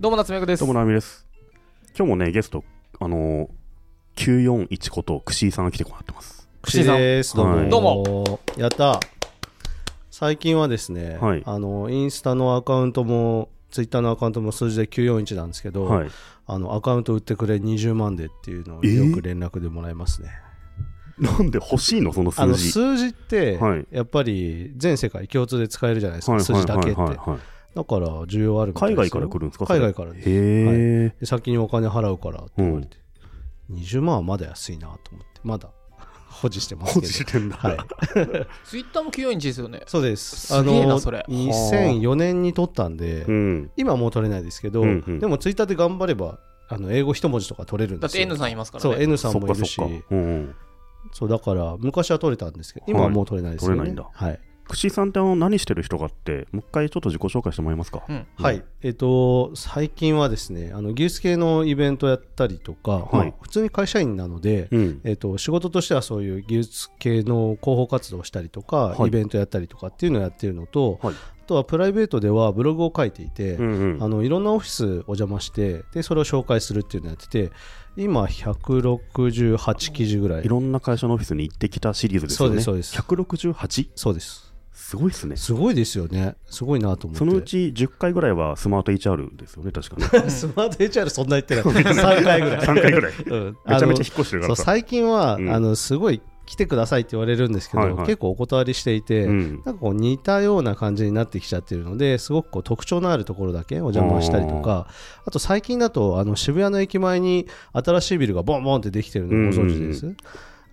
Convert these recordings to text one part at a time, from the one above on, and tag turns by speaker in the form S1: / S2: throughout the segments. S1: どうも夏目役です
S2: どうも、なみです。今日もね、ゲスト、あのー、941こと、くしーさんが来てもらってます。
S1: くしーさん
S3: です。どうも。
S2: はい
S1: どう
S3: やった。最近はですね、
S2: はい
S3: あの、インスタのアカウントも、ツイッターのアカウントも数字で941なんですけど、
S2: はい。
S3: あのアカウント売ってくれ20万でっていうのを
S2: えー
S3: よく連絡でもらいますね。
S2: なんで欲しいの、その
S3: あ
S2: 数
S3: の
S2: 字。
S3: 数字って
S2: はい、
S3: やっぱり全世界共通で使えるじゃないです
S2: は
S3: か、
S2: い
S3: 数字だけって。
S2: はいはいはいはい
S3: だから、需要あるみたい
S2: 海
S3: で
S2: 外
S3: す
S2: か
S3: よ
S2: ら来るんですか
S3: 海外から
S2: へ
S3: です
S2: え、
S3: で先にお金払うからって言われて、20万はまだ安いなと思って、まだ保持してます
S2: 保
S3: け
S2: 持
S3: ど。
S2: してんだ。
S3: はい。
S1: ツイッターも94日ですよね
S3: そうです。
S1: すげえなそれ
S3: 2004年に撮ったんで
S2: う、ん。
S3: 今はもう撮れないですけど、
S2: うんうん
S3: でもツイッターで頑張れば、あの英語一文字とか撮れるん
S1: だ
S3: で
S1: っ
S3: す
S1: て
S3: よ。
S1: N さんいますから
S3: そう、
S1: ね
S3: N さ
S2: そ
S3: ん
S2: っ
S3: もい
S2: かそ
S3: るし、
S2: っか。うんうん。
S3: そう、だから、昔は撮れたんですけど、今はもう撮れないですよね。
S2: はい撮れないんだ
S3: はい。
S2: くしーさんってあの何してる人かって、もう一回ちょっと自己紹介してもらえますか。
S1: うん
S2: うん
S3: はい。えっ、と、最近はですね、あの、技術系のイベントやったりとか、
S2: はい
S3: まあ普通に会社員なので、
S2: うん。
S3: えっと仕事としてはそういう技術系の広報活動をしたりとか、
S2: はい
S3: イベントやったりとかっていうのをやってるのと、
S2: はい
S3: あとはプライベートではブログを書いていて、
S2: うんうん
S3: あのいろんなオフィスお邪魔してでそれを紹介するっていうのをやってて今168記事ぐらい
S2: いろんな会社のオフィスに行ってきたシリーズですよね。
S3: そうですそう
S2: です。168?
S3: そうです
S2: すごいですね。
S3: すごいですよねすごいなと思って
S2: そのうち10回ぐらいはスマート HR ですよね、確かね。
S3: スマート HR そん な言ってない3回ぐらい
S2: 3回ぐらい。
S3: うん
S2: めちゃめちゃ引っ越してるか
S3: そう
S2: らさ。
S3: 最近は、
S2: うん
S3: あのすごい来てくださいって言われるんですけど、
S2: はいはい
S3: 結構お断りしていて、
S2: うん
S3: なんかこう似たような感じになってきちゃってるのですごくこう特徴のあるところだけお邪魔したりとかあと最近だとあの渋谷の駅前に新しいビルがボンボンってできてるのご存知です、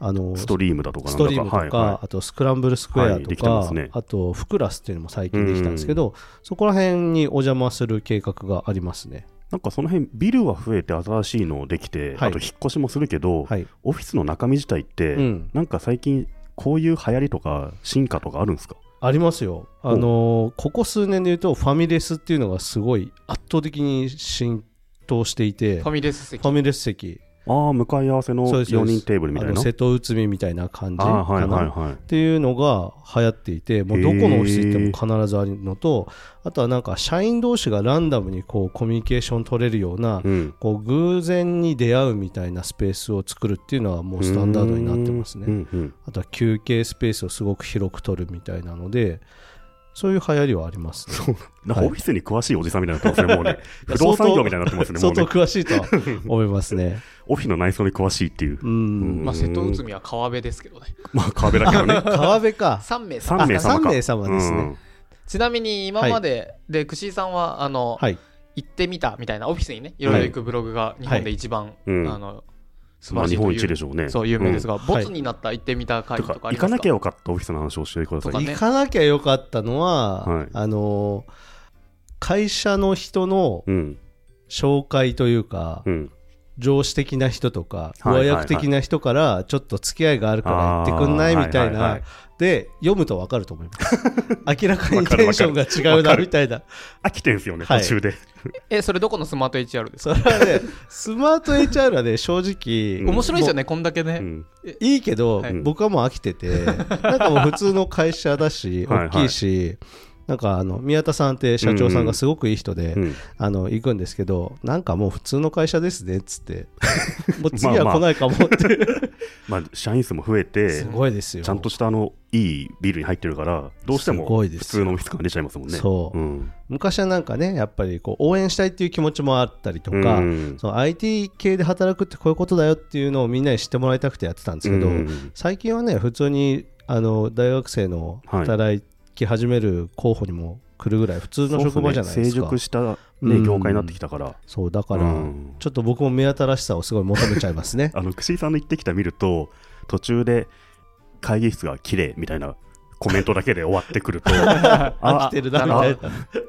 S3: あの
S2: ストリームだとかな
S3: ス
S2: んだ
S3: ト
S2: か
S3: リームとか、
S2: はいはい
S3: あとスクランブルスクエア
S2: はい
S3: と
S2: できて
S3: か、
S2: ますね
S3: あとフクラスっていうのも最近できたんですけど、そこら辺にお邪魔する計画がありますね。
S2: なんかその辺ビルは増えて新しいのできて、
S3: はい
S2: あと引っ越しもするけど、
S3: はい、
S2: オフィスの中身自体って、
S3: うん
S2: なんか最近こういう流行りとか進化とかあるんですか
S3: ありますよ。あのーここ数年で言うと、ファミレスっていうのがすごい圧倒的に浸透してい
S1: フ
S3: て、
S1: ァ
S3: フ
S1: ミレス席
S3: ァミレス席、
S2: ああ向かい合わせの
S3: そうですそう
S2: 4
S3: です
S2: 人テーブルみたい
S3: あの
S2: な
S3: 瀬戸内海みたいな感じ
S2: あ
S3: か
S2: あ
S3: な、
S2: はいはいはい
S3: っていうのが流行っていて、もうどこのオフィス行っても必ずあるのと、あとはなんか社員同士がランダムにこうコミュニケーション取れるような、
S2: うん
S3: こう偶然に出会うみたいなスペースを作るっていうのはもうスタンダードになってますね。
S2: うんうん
S3: あとは休憩スペースをすごく広く取るみたいなので、そういう流行りはありますね。
S2: なんかオフィスに詳しいおじさんみたいになってますね、 もうね
S3: や
S2: 不動産業みたいになってますねも
S3: 相
S2: うね
S3: 当詳しいとは思いますね。
S2: オフィスの内装に詳しいっていう、
S3: うん。
S1: まあ瀬戸内海は川辺ですけどね
S2: まあ壁だけど ね
S3: 川辺 か。
S1: 3名さん
S2: 3名様か
S3: あ三名様ですね
S2: うん
S1: ちなみに今まででくしーさんはあの
S3: はい。
S1: 行ってみたみたいなオフィスにねいろいろ行くブログが日本で一番あ
S2: うん
S1: の素晴
S2: まあ
S1: らし
S2: 日
S1: いと
S2: 本
S1: い
S2: 一で
S1: う
S2: しょうね
S1: そう有名です
S2: が、
S1: がボツになった行ってみた会
S2: て
S1: と
S2: か
S1: かあ
S2: 行
S1: り
S2: か
S1: ます
S2: なきゃ
S1: か
S2: よかったオフィスの話をしてくださ
S1: と
S2: い
S1: ね
S3: 行かなきゃよかったのは、
S2: はい
S3: あのー、会社の人の
S2: うん
S3: 紹介というか、
S2: うん
S3: 上司的な人とか、
S2: はいはいはい
S3: 上役的な人から、ちょっと付き合いがあるから行ってくんない
S2: あー
S3: みたい
S2: はいはいは。
S3: ないで、読むとわかると思い ます。明らかにテンションが違うな、みたいな。
S2: 飽きてんすよね、
S3: はい
S2: 途中で。
S1: えそれどこのスマート HR ですか
S3: それはね、スマート HR はね、正直、
S1: 面白いですよねこんだけ
S2: う
S1: ね
S2: ん
S3: いいけど、
S1: はい
S3: 僕はもう飽きてて、なんかもう普通の会社だし、
S2: はいはい
S3: 大きいし、なんかあの宮田さんって社長さんがすごくいい人で、
S2: うん
S3: あの行くんですけど、なんかもう普通の会社ですねっつって、もう次
S2: まあま
S3: は
S2: あ
S3: 来ないかも って、
S2: まあ、社員数も増えて
S3: す、ごいですよ。
S2: ちゃんとしたあのいいビルに入ってるから、どうしても
S3: すご
S2: 普
S3: いです
S2: 通のオフィス感出ちゃいますもんね。
S3: そう
S2: うん
S3: 昔はなんかね、やっぱりこう応援したいっていう気持ちもあったりとか、
S2: うん
S3: その IT 系で働くってこういうことだよっていうのをみんなに知ってもらいたくてやってたんですけど、
S2: うん
S3: 最近はね普通にあの大学生の働き始める候補にも来るぐらい普通の職場じゃないです
S2: そう
S3: か
S2: っね成熟した、ね
S3: うん
S2: 業界になってきたから、
S3: そうだか
S2: う
S3: ら
S2: ん
S3: ちょっと僕も目新しさをすごい求めちゃいますね
S2: あの串井さんの言ってきた見ると、途中で会議室が綺麗みたいなコメントだけで終わってくると、
S3: 飽
S2: あ
S3: きてるなみたいな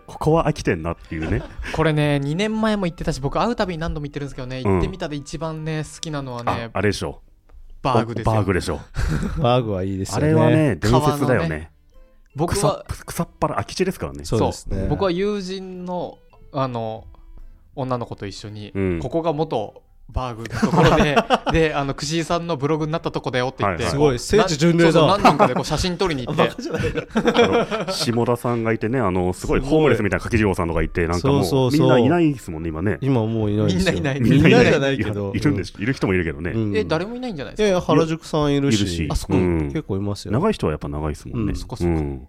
S2: ここは飽きてんなっていうね、
S1: これね2年前も行ってたし僕会うたびに何度も行ってるんですけどね行ってみたで一番ね好きなのは
S2: あ
S1: ね
S2: あれでしょ、
S1: バーグですよ
S2: バーグでしょ、
S3: バーグはいいです
S2: あ
S3: よ
S2: れ
S3: ね
S2: はね、伝説だよ
S1: 川の
S2: ね、
S1: 僕
S2: 草
S1: は
S2: っ草っぱら空き地ですからね。
S3: そうですね
S1: 僕は友人のあの女の子と一緒に、
S2: うん
S1: ここが元バーグのところ で、で、あの、くしさんのブログになったとこだよって言って、
S2: はい
S3: すごい聖地巡礼だ
S1: そうそう何人かでこう写真撮りに行っ
S3: バ
S1: て
S3: カ、じゃないか
S2: あの下田さんがいてね、あのすごい
S3: すごい
S2: ホームレスみたいな柿次郎さんとかいて、なんかもう
S3: そうそうそう
S2: みんないないですもんね、今ね。
S3: 今もういないですよ
S1: みんないない
S3: みんな
S1: みんな
S3: じゃない
S2: い
S3: け
S2: や
S3: ど
S2: いるんです、いる人もいるけどね、
S3: うん
S1: え、誰もいないんじゃない
S3: いや
S1: で
S3: い
S1: すか。
S3: や原宿さんいるし
S2: いるし
S3: あそこ、
S2: うん
S3: 結構いますよ
S2: 長い人はやっぱ長いですもんね。
S3: うん
S1: そっかそっか
S2: ん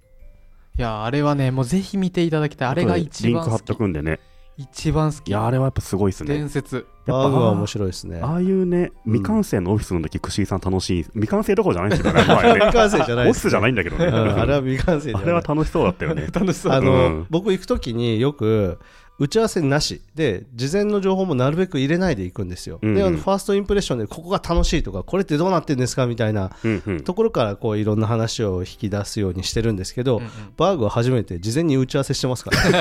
S1: いや、あれはね、もうぜひ見ていただきたい。あれが一
S2: リン
S1: 番
S2: ク貼
S1: 好
S2: っと
S1: き。
S2: くんでね。
S1: 一番好
S2: い
S1: き。
S2: や、あれはやっぱすごいですね。
S1: 伝説。
S2: やっ
S3: バーグは
S2: ぱ
S3: 面白いですね
S2: ああいうね、未完成のオフィスの時、串井さん楽しい。未完成どころじゃないんですよね。まあね
S3: 未完成じゃ
S2: オ
S3: ない
S2: フィ
S3: です
S2: スじゃないんだけどね。
S3: うんあれは
S2: あ
S3: 未完成じゃない
S2: れは楽しそうだったよね。
S1: 楽しそ
S3: あ
S1: う。
S3: の、
S2: うん
S3: 僕行くときによく打ち合わせなしで事前の情報もなるべく入れないで行くんですよ、
S2: うん
S3: であのファーストインプレッションでここが楽しいとかこれってどうなってんですかみたいな
S2: うんうん
S3: ところからこういろんな話を引き出すようにしてるんですけど、
S1: うんうん
S3: バーグは初めて事前に打ち合わせしてま すから、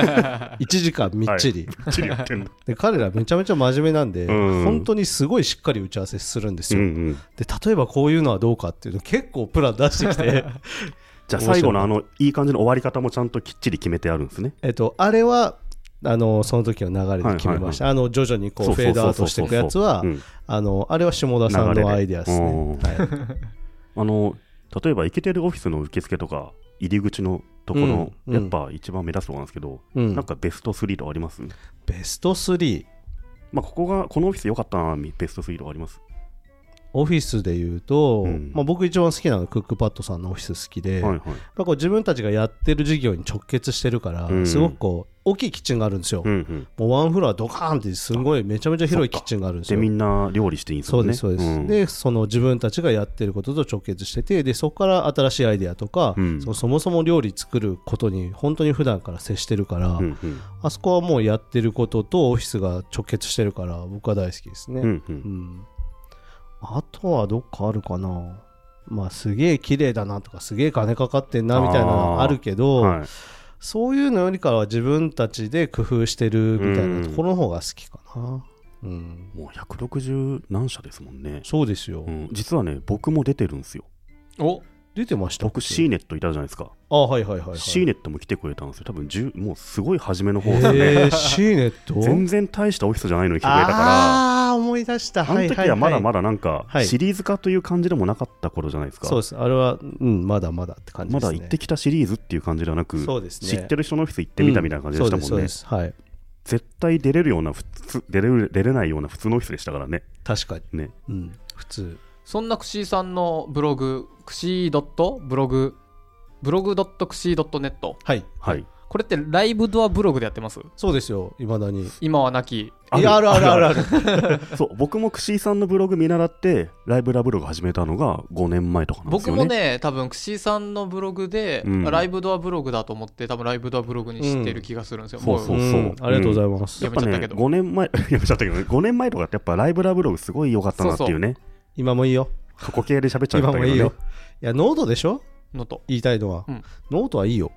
S3: ね、1時間みっちり、
S2: はいみっちりやってんだ。
S3: で彼らめちゃめちゃ真面目なんで、
S2: うん
S3: 本当にすごいしっかり打ち合わせするんです
S2: うん
S3: よ、
S2: うん
S3: で例えばこういうのはどうかっていうの結構プラン出してきて
S2: じゃあ最後のあの、いい感じの終わり方もちゃんときっちり決めてあるんですね。
S3: えっとあれはあのその時の流れで決めました、あの徐々にこう
S2: そう
S3: フ
S2: そう
S3: ェ
S2: そうそ
S3: ー
S2: う
S3: ドアウトしていくやつは
S2: うん
S3: あのあれは下田さん
S2: 流れ
S3: の
S2: で
S3: アイデアですね、は
S2: あの、例えば、イケてるオフィスの受付とか、入り口のところ、
S3: うん
S2: やっぱ一番目立つとこなんですけど、
S3: いうん
S2: なんかベスト3とかあります
S3: ベスト3
S2: まあ、ここが、このオフィス良かったな、ベスト3とかあります。
S3: オフィスで言うと、
S2: うん
S3: まあ、僕一番好きなのはクックパッドさんのオフィス好きで、
S2: はい
S3: ま
S2: はい。
S3: あ、こう自分たちがやってる事業に直結してるから、
S2: うん
S3: すごくこう大きいキッチンがあるんですよ、
S2: うんうん
S3: もうワンフロアドカーンってすごいめちゃめちゃ広いキッチンがあるんです
S2: で、
S3: よ
S2: みんな料理していいんです
S3: そ
S2: も
S3: うんで
S2: ね。
S3: すそうです、
S2: ん
S3: でその自分たちがやってることと直結しててでそこから新しいアイデアとか、
S2: うん
S3: そのそもそも料理作ることに本当に普段から接してるから、
S2: うんうん
S3: あそこはもうやってることとオフィスが直結してるから僕は大好きですね、
S2: うんう
S3: うんんあとはどっかあるかなまあすげえ綺麗だなとかすげえ金かかってんなみたいなのあるけど、
S2: はい
S3: そういうのよりかは自分たちで工夫してるみたいなところの方が好きかな、うん
S2: もう160何社ですもんね、
S3: そうですよ、
S2: うん、実はね僕も出てるんですよ
S1: お
S3: 出てましたっけ
S2: 僕 C ネットいたじゃないですか、
S3: あはいはいはい、はい、
S2: C ネットも来てくれたんですよ多分10もうすごい初めの方 ですね、
S3: えー、C ネット
S2: 全然大したオフィスじゃないのに来てくれたからあ
S3: ああ思い出した
S2: の時はまだま
S3: だ
S2: だなんか
S3: はい
S2: シリーズ化という感じでもなかった頃じゃないですか、
S3: そうですあれは、うん、まだまだって感じ
S2: ま
S3: で
S2: だ
S3: すね
S2: 行ってきたシリーズっていう感じではなく、
S3: そうですね
S2: 知ってる人のオフィス行ってみたみたいな感じでしたもんね、
S3: うそうですそうですはい
S2: 絶対出れるような普通出れる出れないような普通のオフィスでしたからね
S3: 確かに、
S2: ね
S3: うん、普通
S1: そんなくしさんのブログ、くしドットブログ、ブログドットくしドットネット。
S3: はい
S2: はい
S1: これってライブドアブログでやってます
S3: そうですよいまだに
S1: 今はなき。
S2: ある
S3: いやあるあるあるある
S2: そう僕も串井さんのブログ見習ってライブラブログ始めたのが5年前とかなんです
S1: 僕
S2: よね
S1: もね、多分くしさんのブログで、
S2: うん
S1: ライブドアブログだと思って、多分ライブドアブログにしてる気がするんですよ。
S2: うんそうそ
S1: も
S3: んありがとうございます、
S1: や
S2: やっ
S1: め
S2: ぱ
S1: ちゃった
S2: ね
S1: けど
S2: 5年前 やめちゃったけどね5年前とかってやっぱライブラブログすごい良かったなっていうね
S3: 今もいいよ
S2: 過去形で喋っちゃった
S3: 今
S2: けど
S3: も
S2: ね
S3: いいよいやノートでしょ
S1: のと。
S3: 言いたいのは、
S1: うん
S3: ノー トはいいよ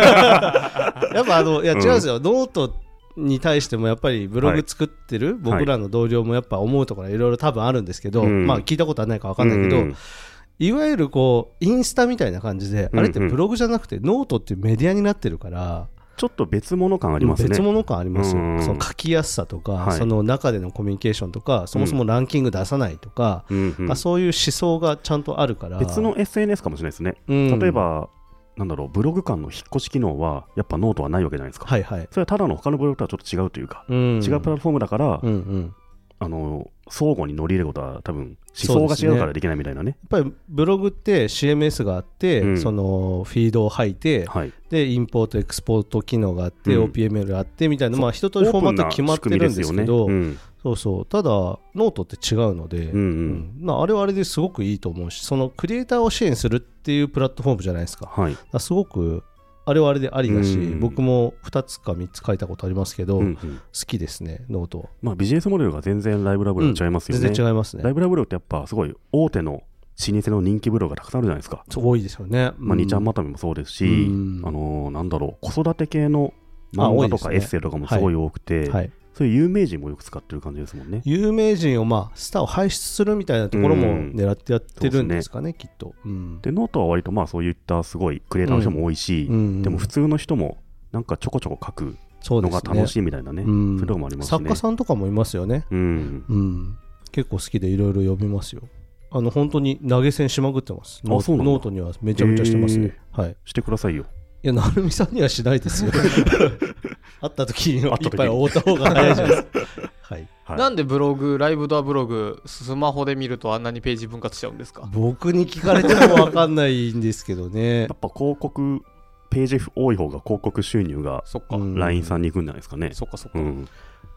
S3: やっぱあのいや違うんですよ、ノートに対してもやっぱりブログ作ってる僕らの同僚もやっぱ思うところいろいろ多分あるんですけど、
S2: うん
S3: まあ聞いたことはないか分かんないけど、
S2: うん
S3: いわゆるこうインスタみたいな感じで、
S2: うん
S3: あれってブログじゃなくてノートっていうメディアになってるから
S2: ちょっと別物感ありますね
S3: 別物感ありますよ、
S2: うん
S3: その書きやすさとか、
S2: はい
S3: その中でのコミュニケーションとかそもそもランキング出さないとか、
S2: うんうん
S3: あそういう思想がちゃんとあるから
S2: 別の SNS かもしれないですね
S3: うん
S2: 例えばなんだろうブログ間の引っ越し機能はやっぱノートはないわけじゃないですか
S3: はいはい、
S2: それはただの他のブログとはちょっと違うというか
S3: うん、
S2: 違うプラットフォームだから
S3: うんうん
S2: あの相互に乗り入れることは多分思想が違うからできないみたいなね
S3: やっぱりブログって CMS があって、
S2: うん
S3: そのフィードを吐いて、
S2: はい
S3: でインポートエクスポート機能があって、
S2: うん
S3: OPML あってみたいな、
S2: そう
S3: まあ一通りフォーマット決まってるんですけど
S2: オープンな仕組みですよね
S3: そうそうただノートって違うの
S2: うんうんう
S3: で、うんんまあ、あれはあれですごくいいと思うしそのクリエイターを支援するっていうプラットフォームじゃないですかだか
S2: はい
S3: らすごくあれはあれでありだし、
S2: うん
S3: 僕も2つか3つ書いたことありますけど、
S2: うん
S3: 好
S2: うん
S3: きですねノートは
S2: まあビジネスモデルが全然ライブラブログ違いますよね
S3: 全然違いますね
S2: ライブラブログってやっぱすごい大手の老舗の人気ブログがたくさんあるじゃないですか。
S3: そう多いですよね、
S2: まあ、
S3: うん
S2: 2ちゃんまとめもそうですし、
S3: うん
S2: あのーなんだろう、子育て系の
S3: あ
S2: 漫
S3: 多
S2: 画
S3: いで
S2: と
S3: す
S2: か
S3: ね
S2: エッセイとかもすごい多くて、
S3: はい、
S2: そういう有名人もよく使ってる感じですもんね。
S3: 有名人をまあスターを輩出するみたいなところも狙ってやってるんですかね、きっと、うん
S2: で、ノートは割とまあそういったすごいクリエイターの人も多いし、
S3: うん
S2: でも普通の人もなんかちょこちょこ書く
S3: そう
S2: の
S3: で
S2: が
S3: すね
S2: 楽しいみたいなね、そううい
S3: ん
S2: うとこもありますしね。
S3: 作家さんとかもいますよね、
S2: うん
S3: うん、結構好きでいろいろ読みますよあの本当に投げ銭しまくってますノー
S2: そうなんだ
S3: ノートにはめちゃめちゃしてますね、はい
S2: してくださいよ。
S3: いや、成美さんにはしないで すよ。会った時に
S2: 会った時に
S3: 一杯覆った方が早いじゃないですか。はい、
S2: はい、
S1: なんでブログライブドアブログスマホで見るとあんなにページ分割しちゃうんですか
S3: 僕に聞かれても分かんないんですけどね
S2: や。っぱ広告、ページ多い方が広告収入が
S1: そっか、
S3: うん
S2: LINE さんに行くんじゃないですかね。
S1: そっかそっか、
S2: うん、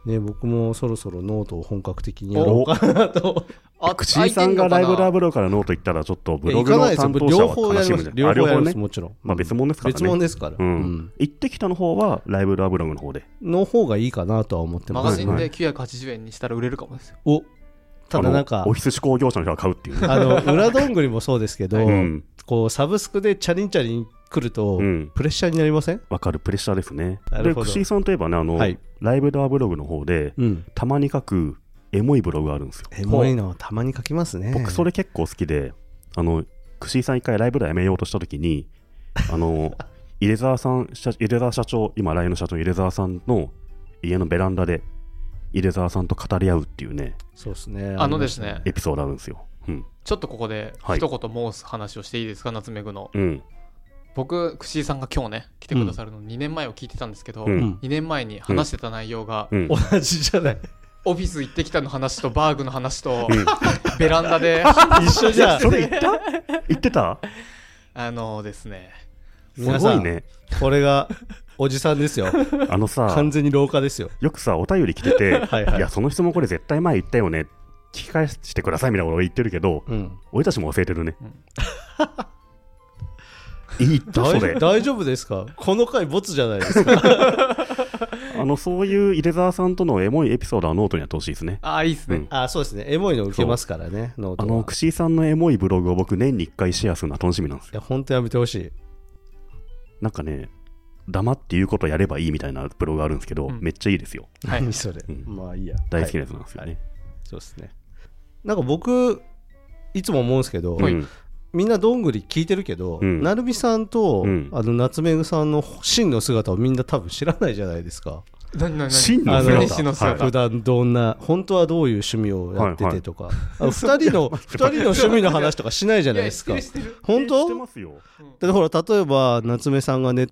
S3: ね、僕もそろそろノートを本格的にやろうかなと。
S1: あ
S2: 口井さんがライブラブログからノート行ったら、ちょっ とブログ
S3: いや
S2: の
S3: 行か
S2: 担
S3: ないで
S2: 当
S3: す
S2: 者
S3: よ両方
S2: は悲
S3: やり
S2: し
S3: ま
S2: む
S3: す
S2: じ。ゃ
S3: 両
S2: ない
S3: 方やります、
S2: ね。
S3: もちろん。
S2: まあ別物ですからね。
S3: 別物ですから。
S2: うん行ってきたの方は、ライブラブログの方で。
S3: うんの方がいいかなとは思って
S1: マ
S3: ま
S1: ガ
S3: す。
S1: ジンで980円にしたら売れるかもですよ
S3: おただなん
S2: あ
S3: か
S2: のオ、フィス志向業者の人が買うっていうね。
S3: あの、裏どんぐりもそうですけど、
S2: うん。
S3: こう、サブスクでチャリンチャリン来ると、
S2: うん
S3: プレッシャーになりません
S2: わかるプレッシャーですね。
S3: なる
S2: で、
S3: ほど
S2: 串井さんといえばね、あの、
S3: はい
S2: ライブドアブログの方で、
S3: うん。
S2: たまに書くエモいブログがあるんですよ。
S3: エモいのはたまに書きますね。
S2: 僕、それ結構好きで、あの、串井さん一回ライブドアやめようとしたときに、あの、入沢さん、社入沢社長、今、LINE の社長の入沢さんの家のベランダで、入沢さんと語り合うっていうね、
S3: そうですね。
S1: あのですね
S2: エピソードあるんですよ。うん。
S1: ちょっとここで
S2: はい
S1: 一言申す話をしていいですか、夏目ぐの
S2: うん。
S1: 僕串井さんが今日ね来てくださるの2年前を聞いてたんですけど、
S2: う。
S3: うんん
S1: 2年前に話してた内容が、
S2: うん。
S3: 同じじゃない
S1: オフィス行ってきたの話とバーグの話と、
S2: うん
S1: ベランダで
S3: 一緒じゃん
S2: それ言った言ってた
S1: あのですね
S2: すご
S3: 皆さ
S2: い
S3: ん
S2: ね。
S3: これがおじさん ですよ
S2: あのさ、
S3: 完全に老化ですよ
S2: よくさ、お便り来てて、
S3: はい
S2: い
S3: はい
S2: や、その質問これ絶対前言ったよね、聞き返してくださいみたいなこと言ってるけど、
S3: うん
S2: 俺たちも忘れてるね
S1: う。
S2: いいったそ
S3: 大
S2: れ。
S3: 大丈夫ですかこの回ボツじゃないですか
S2: あの、そういう入澤さんとのエモいエピソードはノートにやってほしいですね。
S1: ああいいですね、
S2: うん
S3: あ そうですねエモいの受けますからねノー
S2: あ
S3: トは
S2: の、
S3: い
S2: 串井さんのエモいブログを僕年に1回シェアするのは楽しみなんですよ。
S3: や本当やめてほしい
S2: なんかね、黙って言うことやればいいみたいなブログがあるんですけど、
S1: うん
S2: めっちゃいいですよ。
S1: はい
S3: 何それ、
S2: うん
S3: まあいいや
S2: 大好きなや
S3: はい
S2: つなんですよね。
S3: そうですねなんか僕いつも思うんですけど、
S1: はい
S2: うん
S3: みんなどんぐり聞いてるけど、
S2: うん
S3: なるみさんと、
S2: うん
S3: あの夏目ぐさんの真の姿をみんな多分知らないじゃないですか
S1: 何何何
S2: 真の
S3: あの
S2: 姿。
S1: 真の姿
S2: は
S3: 普
S2: い
S3: 段どんな本当はどういう趣味をやっててとか、あの 二人の二人の趣味の話とかしないじゃないですか
S1: いや知ってる知ってる
S3: 本
S2: 知って
S3: 当
S2: ますよ。
S3: でほら例えば夏目さんがネッ